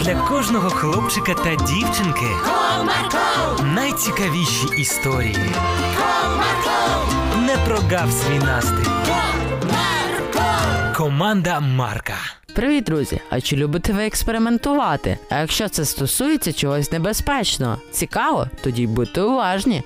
для кожного хлопчика та дівчинки Comarco, найцікавіші історії. Comarco, Не прогав свій настрій. Comarco. Команда Марка. Привіт, друзі! А чи любите ви експериментувати? А якщо це стосується чогось небезпечного, цікаво, тоді будьте уважні.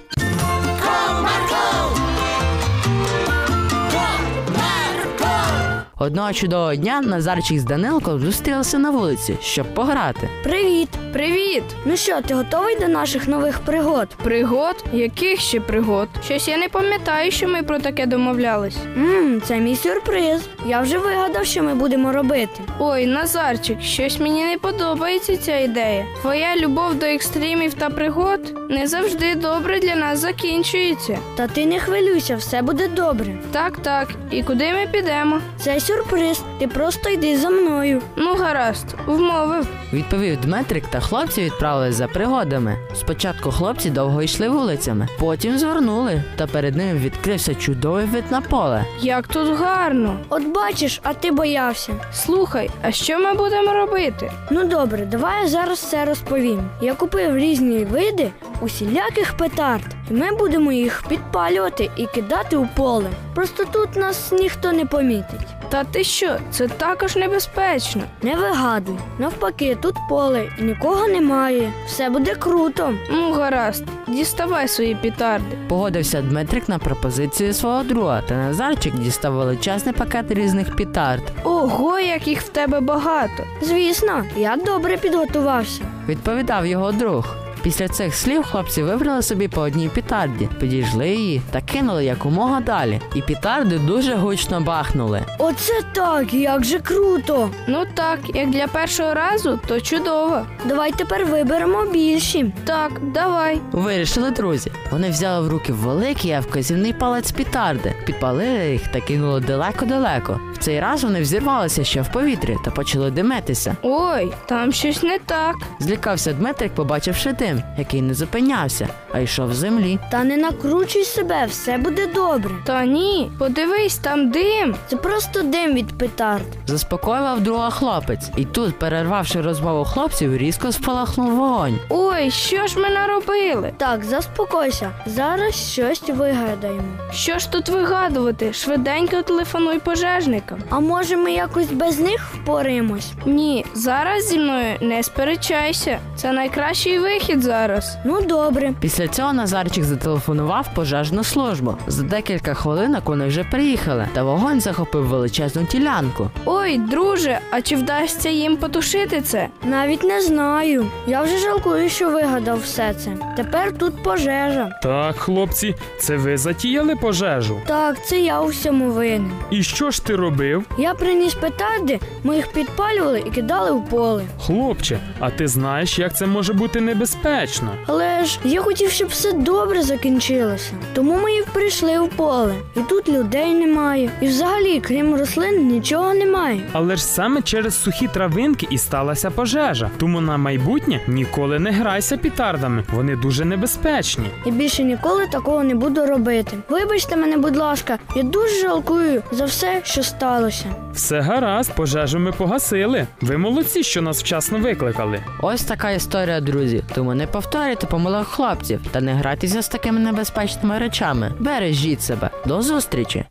Одного чудового дня Назарчик з Данилком зустрілися на вулиці, щоб пограти. Привіт! Привіт! Ну що, ти готовий до наших нових пригод? Пригод? Яких ще пригод? Щось я не пам'ятаю, що ми про таке домовлялись. Мм, це мій сюрприз. Я вже вигадав, що ми будемо робити. Ой, Назарчик, щось мені не подобається ця ідея. Твоя любов до екстримів та пригод не завжди добре для нас закінчується. Та ти не хвилюйся, все буде добре. Так, так. І куди ми підемо? Це сюрприз. Ти просто йди за мною. Ну, гаразд, вмовив. Відповів Дмитрик та хлопці відправились за пригодами. Спочатку хлопці довго йшли вулицями, потім звернули, та перед ними відкрився чудовий вид на поле. Як тут гарно. От бачиш, а ти боявся. Слухай, а що ми будемо робити? Ну добре, давай я зараз все розповім. Я купив різні види усіляких петард, і ми будемо їх підпалювати і кидати у поле. Просто тут нас ніхто не помітить. Та ти що, це також небезпечно. Не вигадуй. Навпаки, тут поле і нікого немає. Все буде круто. Ну, гаразд, діставай свої пітарди. Погодився Дмитрик на пропозицію свого друга, та Назарчик дістав величезний пакет різних пітард. Ого, як їх в тебе багато. Звісно, я добре підготувався. відповідав його друг. Після цих слів хлопці вибрали собі по одній пітарді, підійшли її та кинули якомога далі. І пітарди дуже гучно бахнули. Оце так, як же круто! Ну так, як для першого разу, то чудово. Давай тепер виберемо більші. Так, давай. Вирішили друзі. Вони взяли в руки великий, а вказівний палець пітарди, підпалили їх та кинули далеко-далеко. В цей раз вони взірвалися ще в повітрі та почали димитися. Ой, там щось не так. Злякався Дмитрик, побачивши дим, який не зупинявся, а йшов в землі. Та не накручуй себе, все буде добре. Та ні, подивись, там дим. Це просто дим від петард. Заспокоював друга хлопець, і тут, перервавши розмову хлопців, різко спалахнув вогонь. Ой, що ж ми наробили? Так, заспокойся, зараз щось вигадаємо. Що ж тут вигадувати? Швиденько телефонуй пожежникам. А може ми якось без них впораємось? Ні, зараз зі мною не сперечайся. Це найкращий вихід зараз. Ну добре. Після цього Назарчик зателефонував пожежну службу. За декілька хвилинок вони вже приїхали, та вогонь захопив величезну тілянку. Ой, друже, а чи вдасться їм потушити це? Навіть не знаю. Я вже жалкую, що вигадав все це. Тепер тут пожежа. Так, хлопці, це ви затіяли пожежу. Так, це я у всьому винен. І що ж ти робив? Я приніс петарди, ми їх підпалювали і кидали в поле. Хлопче, а ти знаєш, як це може бути небезпечно? Але ж я хотів, щоб все добре закінчилося. Тому ми і прийшли в поле. І тут людей немає. І взагалі, крім рослин, нічого немає. Але ж саме через сухі травинки і сталася пожежа. Тому на майбутнє ніколи не грайся пітардами, вони дуже небезпечні. І більше ніколи такого не буду робити. Вибачте мене, будь ласка, я дуже жалкую за все, що сталося. Все гаразд, пожежу ми погасили. Ви молодці, що нас вчасно викликали. Ось така історія, друзі. Тому не повторюйте помилок хлопців та не грайтеся з такими небезпечними речами. Бережіть себе. До зустрічі!